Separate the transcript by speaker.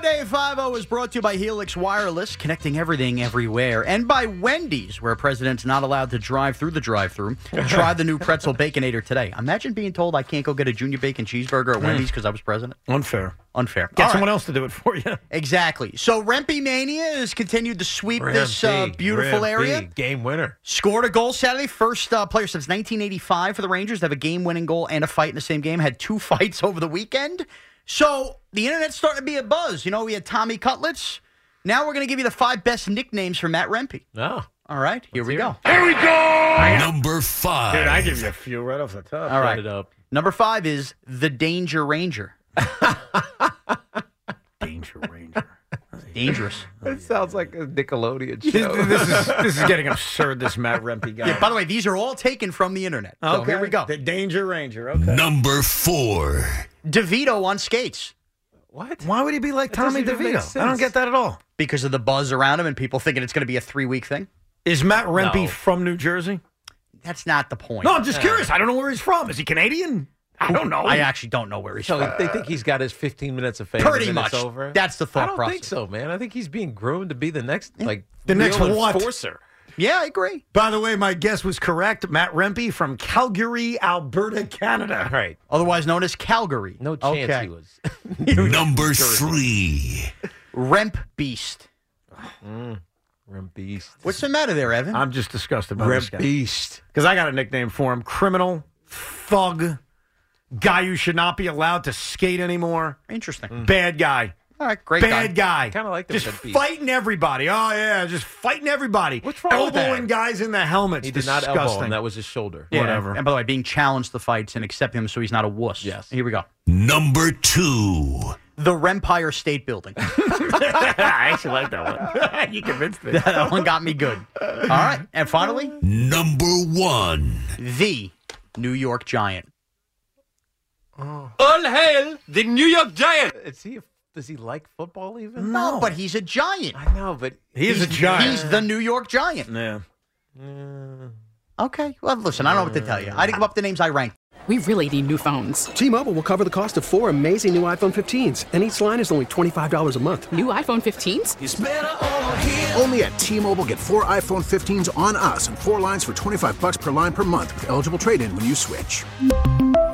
Speaker 1: Day 5 is brought to you by Helix Wireless, connecting everything everywhere, and by Wendy's, where a president's not allowed to drive through the drive through. Try the new pretzel baconator today. Imagine being told I can't go get a junior bacon cheeseburger at Wendy's because I was president.
Speaker 2: Unfair.
Speaker 1: Unfair.
Speaker 2: Get
Speaker 1: All right.
Speaker 2: someone else to do it for you.
Speaker 1: Exactly. So Rempe Mania has continued to sweep this uh,
Speaker 2: Rempe,
Speaker 1: beautiful
Speaker 2: Rempe.
Speaker 1: area.
Speaker 2: Game winner.
Speaker 1: Scored a goal Saturday. First uh, player since 1985 for the Rangers to have a game winning goal and a fight in the same game. Had two fights over the weekend. So the internet's starting to be a buzz. You know, we had Tommy Cutlets. Now we're going to give you the five best nicknames for Matt Rempe.
Speaker 2: No.
Speaker 1: All right, here we go.
Speaker 3: Number five.
Speaker 2: Dude, I give you a few right off the top.
Speaker 1: All right.
Speaker 2: Set it up.
Speaker 1: Number five is the Danger Ranger.
Speaker 2: Danger Ranger.
Speaker 1: Dangerous.
Speaker 4: It sounds like a Nickelodeon show.
Speaker 2: this is this is getting absurd. This Matt Rempe guy.
Speaker 1: yeah, by the way, these are all taken from the internet. So
Speaker 2: okay.
Speaker 1: here we go.
Speaker 2: The Danger Ranger. Okay.
Speaker 3: Number four.
Speaker 1: DeVito on skates
Speaker 4: what?
Speaker 2: Why would he be like Tommy
Speaker 4: doesn't even make
Speaker 2: DeVito? I don't
Speaker 4: sense.
Speaker 2: get that at all.
Speaker 1: because of the buzz around him and people thinking it's going to be a three week thing.
Speaker 2: Is Matt Rempe
Speaker 4: No.
Speaker 2: from New Jersey?
Speaker 1: That's not the point.
Speaker 2: No, I'm just curious. I don't know where he's from. Is he Canadian? I don't know.
Speaker 1: I actually don't know where he's
Speaker 4: So
Speaker 1: from.
Speaker 4: they think he's got his 15 minutes of fame.
Speaker 1: Pretty
Speaker 4: and then it's
Speaker 1: much.
Speaker 4: over.
Speaker 1: That's the thought
Speaker 4: I don't
Speaker 1: process.
Speaker 4: think so, man. I think he's being groomed to be the next, like
Speaker 2: The next
Speaker 4: real
Speaker 2: what?
Speaker 4: enforcer.
Speaker 1: Yeah, I agree.
Speaker 2: By the way, my guess was correct. Matt Rempe from Calgary, Alberta, Canada.
Speaker 4: All right, Oh,
Speaker 1: Otherwise known as Calgary.
Speaker 4: no chance
Speaker 1: Okay.
Speaker 4: he was.
Speaker 3: Number three.
Speaker 1: Remp Beast.
Speaker 4: Rim beast.
Speaker 1: What's the matter there, Evan?
Speaker 2: I'm just disgusted by this guy.
Speaker 4: beast?
Speaker 2: Because I got a nickname for him criminal, thug, guy who should not be allowed to skate anymore,
Speaker 1: Interesting.
Speaker 2: bad guy.
Speaker 1: All right, great
Speaker 2: Bad
Speaker 1: guy.
Speaker 2: guy.
Speaker 4: Mm. Kinda like the
Speaker 2: Just
Speaker 4: Red Beast.
Speaker 2: fighting everybody. Oh, yeah. Just fighting everybody.
Speaker 4: What's wrong with
Speaker 2: Elbowing
Speaker 4: that?
Speaker 2: guys in the helmets.
Speaker 4: He did
Speaker 2: Disgusting.
Speaker 4: not elbow him. That was his shoulder.
Speaker 1: Yeah,
Speaker 2: Whatever.
Speaker 1: And by the way, being challenged to fights and accepting them so he's not a wuss.
Speaker 4: Yes.
Speaker 1: Here we go.
Speaker 3: Number two.
Speaker 1: The Rempire State Building.
Speaker 2: I actually like that one. you convinced me.
Speaker 1: that one got me good. All right. And finally,
Speaker 3: Number one.
Speaker 1: the New York Giant.
Speaker 4: All hail the New York Giant. Oh. Is he? Does he like football even?
Speaker 1: No, but he's a giant.
Speaker 4: I know, but
Speaker 2: He is a giant.
Speaker 1: He's the New York Giant.
Speaker 2: yeah.
Speaker 1: Okay. Well, listen, I don't know what to tell you. I didn't come up with the names I ranked.
Speaker 5: We really need new phones.
Speaker 6: T Mobile will cover the cost of four amazing new iPhone 15s, and each line is only $25 a month.
Speaker 5: New iPhone 15s?
Speaker 7: Only at T-Mobile get four iPhone 15s on us and four lines for 25 bucks per line per month with eligible trade-in when you switch.